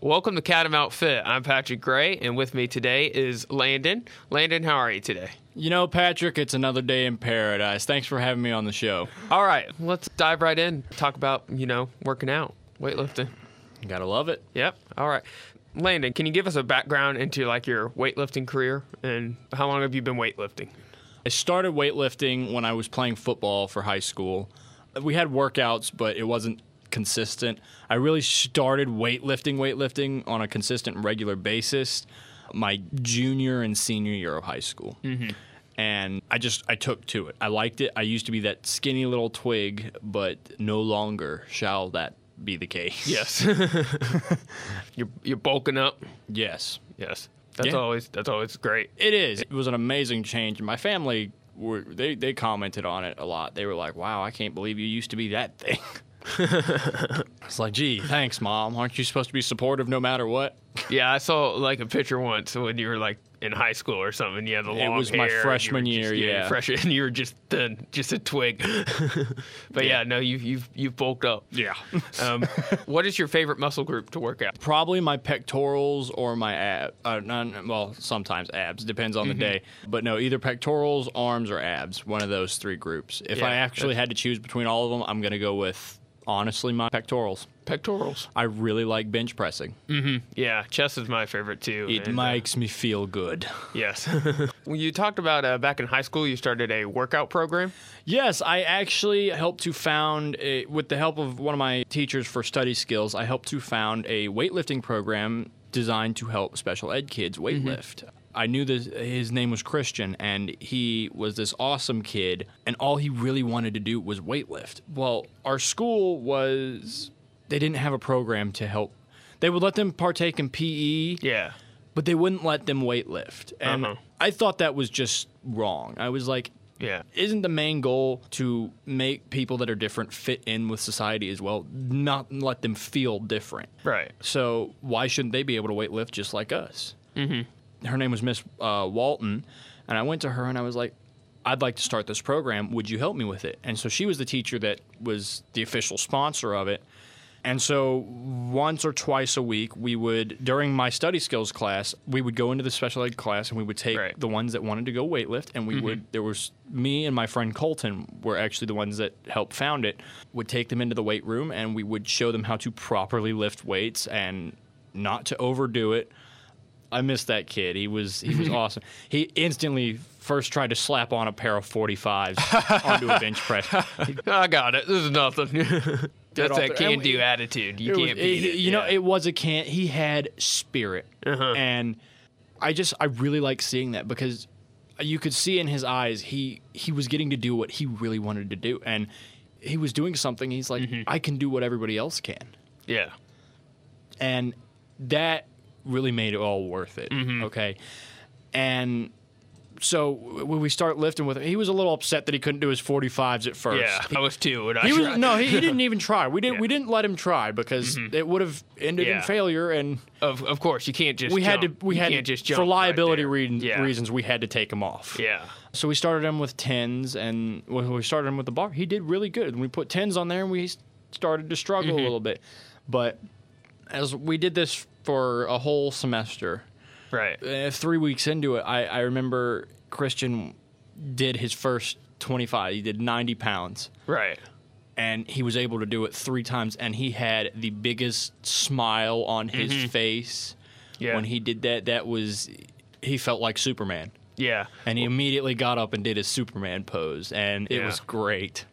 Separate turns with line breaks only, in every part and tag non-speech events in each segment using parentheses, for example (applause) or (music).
Welcome to Catamount Fit. I'm Patrick Gray, and with me today is Landon. Landon, how are you today?
You know, Patrick, it's another day in paradise. Thanks for having me on the show.
All right, let's dive right in. Talk about, you know, working out, weightlifting.
You gotta love it.
Yep. All right. Landon, can you give us a background into like your weightlifting career and how long have you been weightlifting?
I started weightlifting when I was playing football for high school. We had workouts, but it wasn't consistent. I really started weightlifting, weightlifting on a consistent, and regular basis my junior and senior year of high school. And I just I took to it. I liked it. I used to be that skinny little twig, but no longer shall that be the
(laughs)
case.
Yes. you're you're bulking up.
(laughs) Yes.
Yes. That's
Yeah.
always that's always great.
It is. It was an amazing change. My family were they they commented on it a lot. They were like, "Wow, I can't believe you used to be that thing." it's like, gee, thanks, mom. Aren't you supposed to be supportive no matter what?
Yeah, I saw like a picture once when you were like in high school or something. You had the long
It was
hair
my
and you were
freshman
just-
year, yeah.
freshman, (laughs) and you were just thin, just a twig. (laughs) but yeah, no, you've you've you've bulked up.
Yeah.
(laughs) Um, what is your favorite muscle group to work out?
(laughs) Probably my pectorals or my ab. Uh, none, well, sometimes abs depends on the day. But no, either pectorals, arms, or abs. One of those three groups. If I
Yeah,
actually had to choose between all of them, I'm gonna go with honestly my pectorals.
Pectorals.
I really like bench pressing.
Yeah, chest is my favorite too.
It
and, uh,
makes me feel good.
Yes. (laughs) Well, you talked about uh, back in high school, you started a workout program.
Yes, I actually helped to found, a, with the help of one of my teachers for study skills, I helped to found a weightlifting program designed to help special ed kids
Mm-hmm.
weightlift. I knew this, his name was Christian, and he was this awesome kid, and all he really wanted to do was weightlift. Well, our school was, they didn't have a program to help. They would let them partake in PE,
Yeah.
but they wouldn't let them weightlift. And
Uh-huh.
I thought that was just wrong. I was like,
Yeah.
isn't the main goal to make people that are different fit in with society as well, not let them feel different?
Right.
So why shouldn't they be able to weightlift just like us? Mm-hmm. Her name was Miss uh, Walton, and I went to her and I was like, "I'd like to start this program. Would you help me with it?" And so she was the teacher that was the official sponsor of it. And so once or twice a week, we would during my study skills class, we would go into the special ed class and we would take
Right.
the ones that wanted to go weightlift, and we would there was me and my friend Colton were actually the ones that helped found it. Would take them into the weight room and we would show them how to properly lift weights and not to overdo it. I miss that kid. He was he was awesome. He instantly first tried to slap on a pair of 45s onto a bench press.
I got it. This is nothing. (laughs) That's
off
that
the-
can
and
do
we-
attitude. You
It was-
can't
it-
beat it.
You know,
Yeah. Uh-huh.
it was a can. He had spirit, and I just I really like seeing that because you could see in his eyes he he was getting to do what he really wanted to do, and he was doing something. He's like,
Mm-hmm.
I can do what everybody else can,
yeah.
and that really made it all worth it.
Mm-hmm.
Okay, and. So w- when we start lifting with him, he was a little upset that he couldn't do his 45s at first.
Yeah. I was too. When I
He was
tried.
no,
(laughs)
he, he didn't even try. We
Yeah.
didn't
Mm-hmm.
we didn't let him try because it would have ended
Yeah.
in failure, and
Of of course, you can't just.
we had
jump.
to we
You
had to,
can't just jump
for
right
liability
there.
reason-
yeah.
reasons we had to take him off.
Yeah.
So we started him with tens, and when we started him with the bar, he did really good. And we put tens on there, and we s- started to struggle
Mm-hmm.
a little bit, but as we did this for a whole semester,
Right.
uh, three weeks into it, I, I remember Christian did his first twenty five. He did ninety pounds
Right.
and he was able to do it three times and he had the biggest smile on his face
Mm-hmm. Yeah.
when he did that that was he felt like superman
Yeah.
and he immediately got up and did his superman pose and it
Yeah.
was great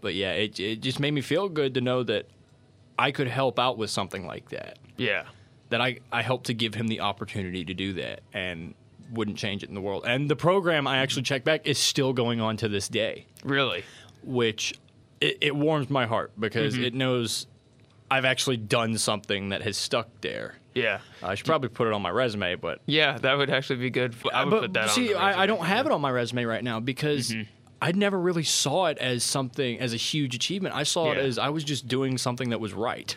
but yeah it, it just made me feel good to know that i could help out with something like that
Yeah.
that i, I helped to give him the opportunity to do that and wouldn't change it in the world and the program i actually checked back is still going on to this day
Really.
which it, it warms my heart because
Mm-hmm.
it knows I've actually done something that has stuck there.
Yeah.
I should probably put it on my resume, but
Yeah. That would actually be good. I would
but
put that on.
see,
the
I, I
resume. Mm-hmm.
don't have it on my resume right now because I never really saw it as something as a huge achievement. I saw
Yeah.
it as I was just doing something that was right.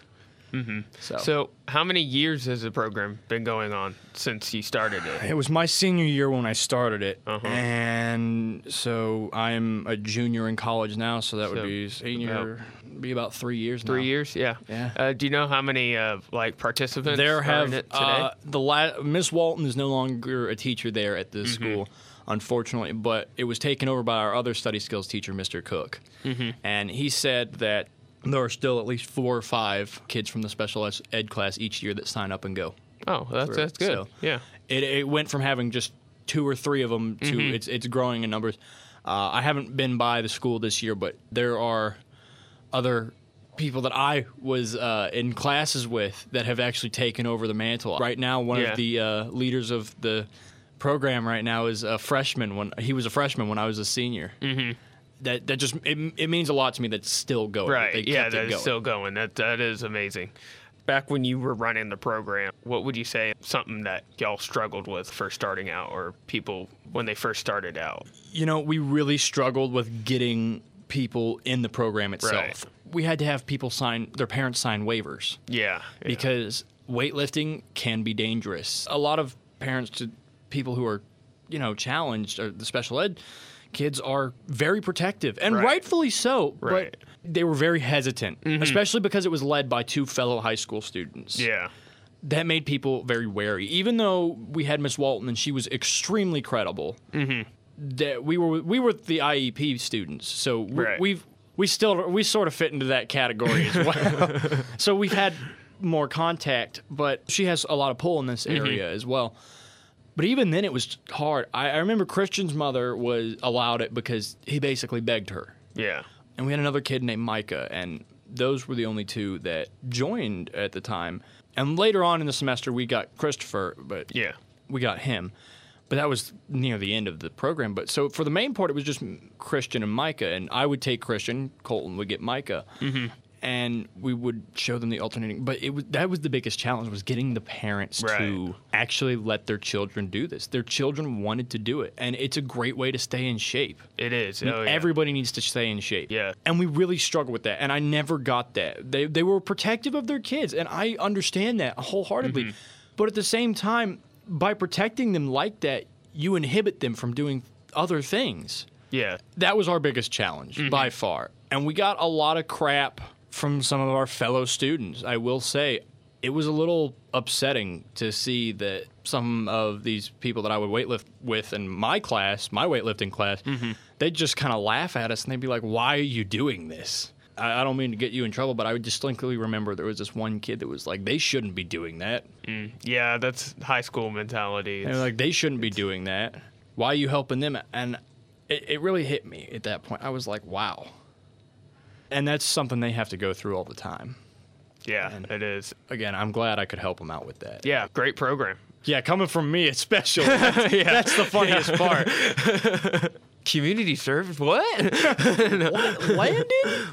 Mm-hmm. So,
So, how many years has the program been going on since you started it?
it was my senior year when I started it,
Uh-huh.
and so I'm a junior in college now, so that
So,
would be senior. be about three years.
Three
now.
years, yeah.
Yeah.
Uh, do you know how many uh, like participants
There
are
have
in it today?
uh, the la- Miss Walton is no longer a teacher there at the
Mm-hmm.
school, unfortunately. But it was taken over by our other study skills teacher, Mr. Cook,
Mm-hmm.
and he said that there are still at least four or five kids from the special es- ed class each year that sign up and go.
oh, that's that's good.
So-
yeah.
It, it went from having just two or three of them to
Mm-hmm.
it's it's growing in numbers. Uh, I haven't been by the school this year, but there are other people that I was uh, in classes with that have actually taken over the mantle. Right now, one
Yeah.
of the uh, leaders of the program right now is a freshman. When he was a freshman, when I was a senior. Mm-hmm. That, that just it, it means a lot to me that's still going that
Right.
they
yeah,
kept it
that is
going.
still going. That that is amazing. Back when you were running the program, what would you say something that y'all struggled with first starting out or people when they first started out?
you know, we really struggled with getting people in the program itself.
Right.
We had to have people sign their parents sign waivers
Yeah. yeah.
because weightlifting can be dangerous. A lot of parents to people who are, you know, challenged or the special ed kids are very protective and
Right.
rightfully so,
Right. Mm-hmm.
but they were very hesitant, especially because it was led by two fellow high school students
yeah.
that made people very wary. Even though we had Miss Walton and she was extremely credible, that we were we were the IEP students, so we,
Right.
we've we still we sort of fit into that category as well. so we've had more contact, but she has a lot of pull in this area as well. But even then, it was hard. I, I remember Christian's mother was allowed it because he basically begged her
Yeah.
and we had another kid named Micah, and those were the only two that joined at the time. And later on in the semester, we got Christopher, but
Yeah.
we got him. But that was near the end of the program. But so for the main part, it was just Christian and Micah, and I would take Christian, Colton would get Micah,
Mm-hmm.
and we would show them the alternating. But it was that was the biggest challenge was getting the parents
Right.
to actually let their children do this. Their children wanted to do it, and it's a great way to stay in shape.
It is. Oh, yeah.
Everybody needs to stay in shape.
Yeah.
And we really struggle with that. And I never got that. They they were protective of their kids, and I understand that wholeheartedly.
Mm-hmm.
But at the same time, by protecting them like that, you inhibit them from doing other things.
yeah.
That was our biggest challenge by far. And we got a lot of crap from some of our fellow students. I will say it was a little upsetting to see that some of these people that I would weightlift with in my class, my weightlifting class, they'd just kind of laugh at us and they'd be like, Why are you doing this? I I don't mean to get you in trouble, but I would distinctly remember there was this one kid that was like, they shouldn't be doing that.
Yeah. That's high school mentality.
And they're like, they shouldn't be doing that. Why are you helping them? And it, it really hit me at that point. I was like, wow. And that's something they have to go through all the time.
yeah. It is.
Again, I'm glad I could help them out with that.
Yeah. Great program.
Yeah, coming from me, it's (laughs) special. That's the funniest part.
Community service. What? (laughs)
What? (laughs) Landon?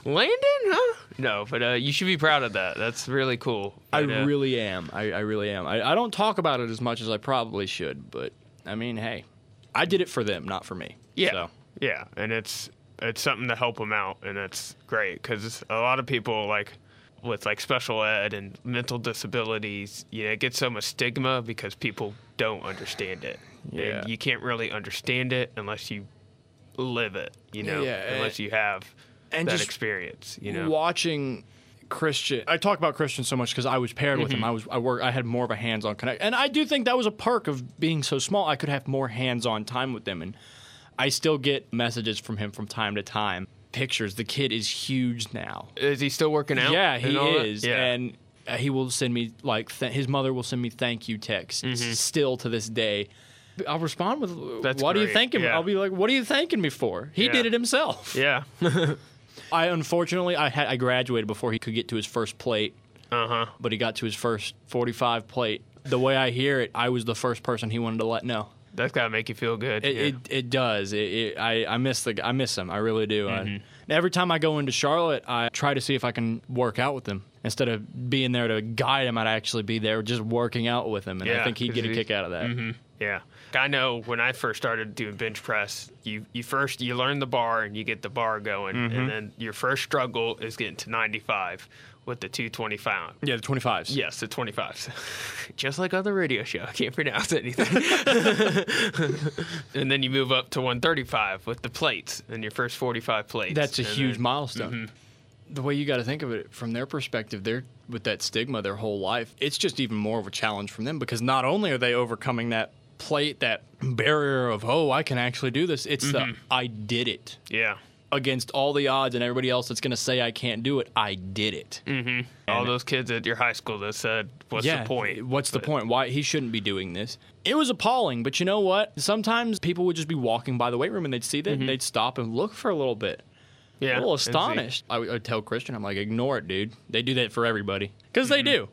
Landon? Huh? No, but uh, you should be proud of that. That's really cool.
I
But, uh,
really am. I, I really am. I, I don't talk about it as much as I probably should, but I mean, hey, I did it for them, not for me.
Yeah,
So,
yeah, and it's it's something to help them out, and it's great because a lot of people like with like special ed and mental disabilities, you know, it gets so much stigma because people don't understand it. And
Yeah.
you can't really understand it unless you live it. You know,
Yeah, and-
unless you have
and
that
just
experience. You know,
watching Christian. I talk about Christian so much because I was paired with him.
Mm-hmm.
I was I work. I had more of a hands-on connect, and I do think that was a perk of being so small. I could have more hands-on time with them, and I still get messages from him from time to time. Pictures. The kid is huge now.
is he still working out?
Yeah,
and
he
all that?
is,
Yeah.
and uh, he will send me like th- his mother will send me thank you texts still to this day. I'll respond with,
Mm-hmm. That's
"What are you
great,
thanking me?"
yeah.
I'll be like, "What are you thanking me for?" He
Yeah.
did it himself.
yeah, (laughs)
I unfortunately I had I graduated before he could get to his first plate,
uh huh.
but he got to his first 45 plate. The way I hear it, I was the first person he wanted to let know.
That's gotta make you feel good.
It
yeah.
it, it does. It, it, I I miss the I miss him. I really do. I-
Mm-hmm.
every time I go into Charlotte, I try to see if I can work out with him instead of being there to guide him. I'd actually be there just working out with him, and I
Yeah,
think he'd get a
'cause Mm-hmm.
kick out of that.
Yeah. I know when I first started doing bench press, you, you first you learn the bar and you get the bar going
Mm-hmm.
and then your first struggle is getting to 95 with the 225.
Yeah, the 25s.
Yes, the 25s. (laughs) Just like on the radio show, I can't pronounce anything. (laughs) and then you move up to 135 with the plates and your first 45 plates.
that's a
And
huge
then- mm-hmm.
milestone. the way you got to think of it from their perspective, they're with that stigma their whole life. It's just even more of a challenge from them because not only are they overcoming that plate, that barrier of oh, I can actually do this. It's
Mm-hmm.
the I did it
Yeah.
against all the odds and everybody else that's going to say I can't do it. I did it.
All those kids at your high school that said, Mm. "What's the point?"
What's the
But-
point? Why he shouldn't be doing this? It was appalling, but you know what? Sometimes people would just be walking by the weight room and they'd see that
Mm-hmm.
and they'd stop and look for a little bit.
Yeah.
a little
and see.
astonished. I would I would tell Christian, I'm like, ignore it, dude. They do that for everybody because they do.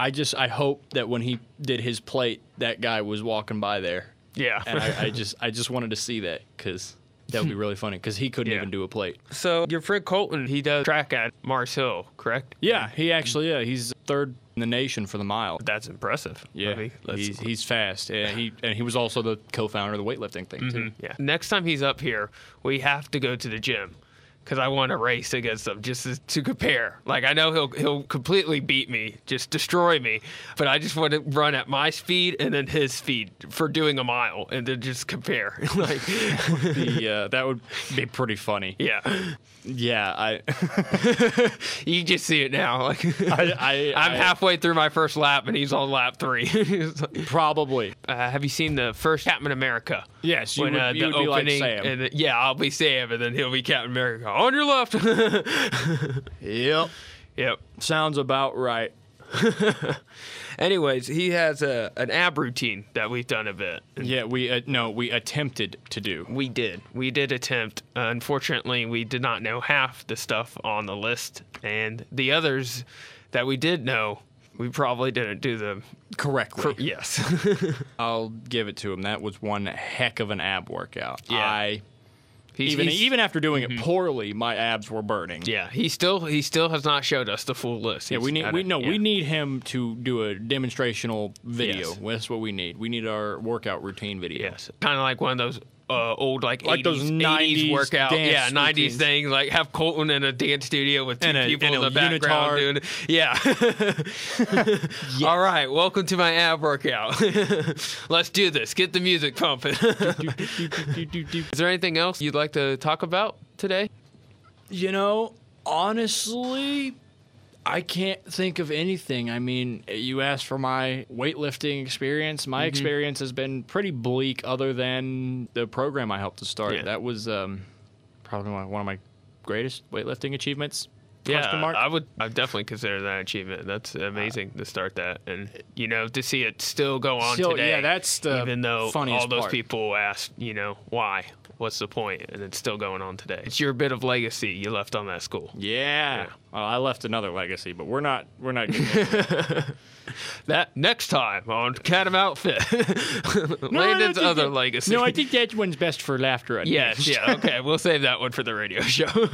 I just I hope that when he did his plate, that guy was walking by there,
Yeah.
and I, (laughs) I just I just wanted to see that because that would be really funny because he couldn't
Yeah.
even do a plate.
(laughs) so your friend Colton, he does track at Mars Hill, correct?
Yeah, he actually yeah he's third in the nation for the mile.
That's impressive.
Yeah,
I mean, that's-
he's he's fast. Yeah, he and he was also the co-founder of the weightlifting thing too.
yeah. Next time he's up here, we have to go to the gym because I want to race against him just to, to compare. Like I know he'll he'll completely beat me, just destroy me, but I just want to run at my speed and then his speed for doing a mile and then just compare. (laughs) like,
The, uh, that would be pretty funny.
yeah,
Yeah, I, (laughs)
you can just see it now. Like.
I, I
I'm
I-
halfway through my first lap and he's on lap three. (laughs) It's like-
probably.
uh, have you seen the first Captain America?
Yes, you
When,
would,
uh,
you
the
would be like
opening,
Sam.
and the- yeah, I'll be Sam, and then he'll be Captain America on your left. (laughs)
yep,
yep.
sounds about right.
Anyways, he has a an ab routine that we've done a bit.
Yeah, we uh, no, we attempted to do.
We did. We did attempt. unfortunately, we did not know half the stuff on the list, and the others that we did know, we probably didn't do them.
Correctly.
cor- yes.
I'll give it to him. That was one heck of an ab workout.
Yeah.
I
(laughs) He's-
even
he's- Mm-hmm.
even after doing it poorly, my abs were burning.
Yeah, he still he still has not showed us the full list.
Yeah,
He's
we need
at
we
it.
no,
Yeah.
we need him to do a demonstrational video.
Yes.
That's what we need. We need our workout routine video.
Yes, kind of like one of those uh, old like,
Like
80s,
those 90s
80s workout,
dance
yeah, 90s
routines.
things. Like have Colton in a dance studio with two
And a-
people
and
in
a
the background
unitard.
doing. it. Yeah. (laughs) All right, welcome to my ab workout. (laughs) Let's do this. Get the music pumping. (laughs) Is there anything else you'd like to talk about today?
You know, honestly, I can't think of anything. I mean, you asked for my weightlifting experience. My
Mm-hmm.
experience has been pretty bleak, other than the program I helped to start.
Yeah.
That was um, probably my, one of my greatest weightlifting achievements. question mark.
I would. I would definitely consider that an achievement. That's amazing to start that, and you know, to see it still go on
Still-
today.
yeah, that's the
even though
funniest
all those
part.
people asked, you know, why, what's the point, and it's still going on today. It's your bit of legacy you left on that school.
yeah. Well, I left another legacy, but we're not. We're
(laughs)
not. Getting into
That next time on Catamount (laughs) Fit,
No, I don't
Landon's
think
other
that-
legacy.
No, I think that one's best for laughter. I think.
(laughs) Yes, (laughs) yeah, okay. We'll save that one for the radio show. (laughs)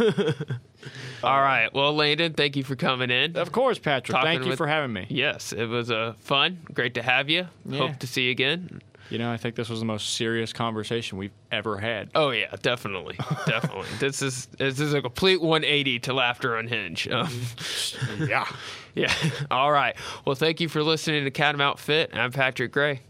All right. Well, Landon, thank you for coming in.
Of course, Patrick.
Talking
thank you
with-
for having me.
Yes, it was uh, fun. Great to have you.
Yeah.
Hope to see you again.
You know, I think this was the most serious conversation we've ever had.
Oh yeah, definitely, definitely. this is this is a complete 180 to laughter unhinged. Um,
Yeah.
(laughs) yeah. All right. Well, thank you for listening to Catamount Fit. I'm Patrick Gray.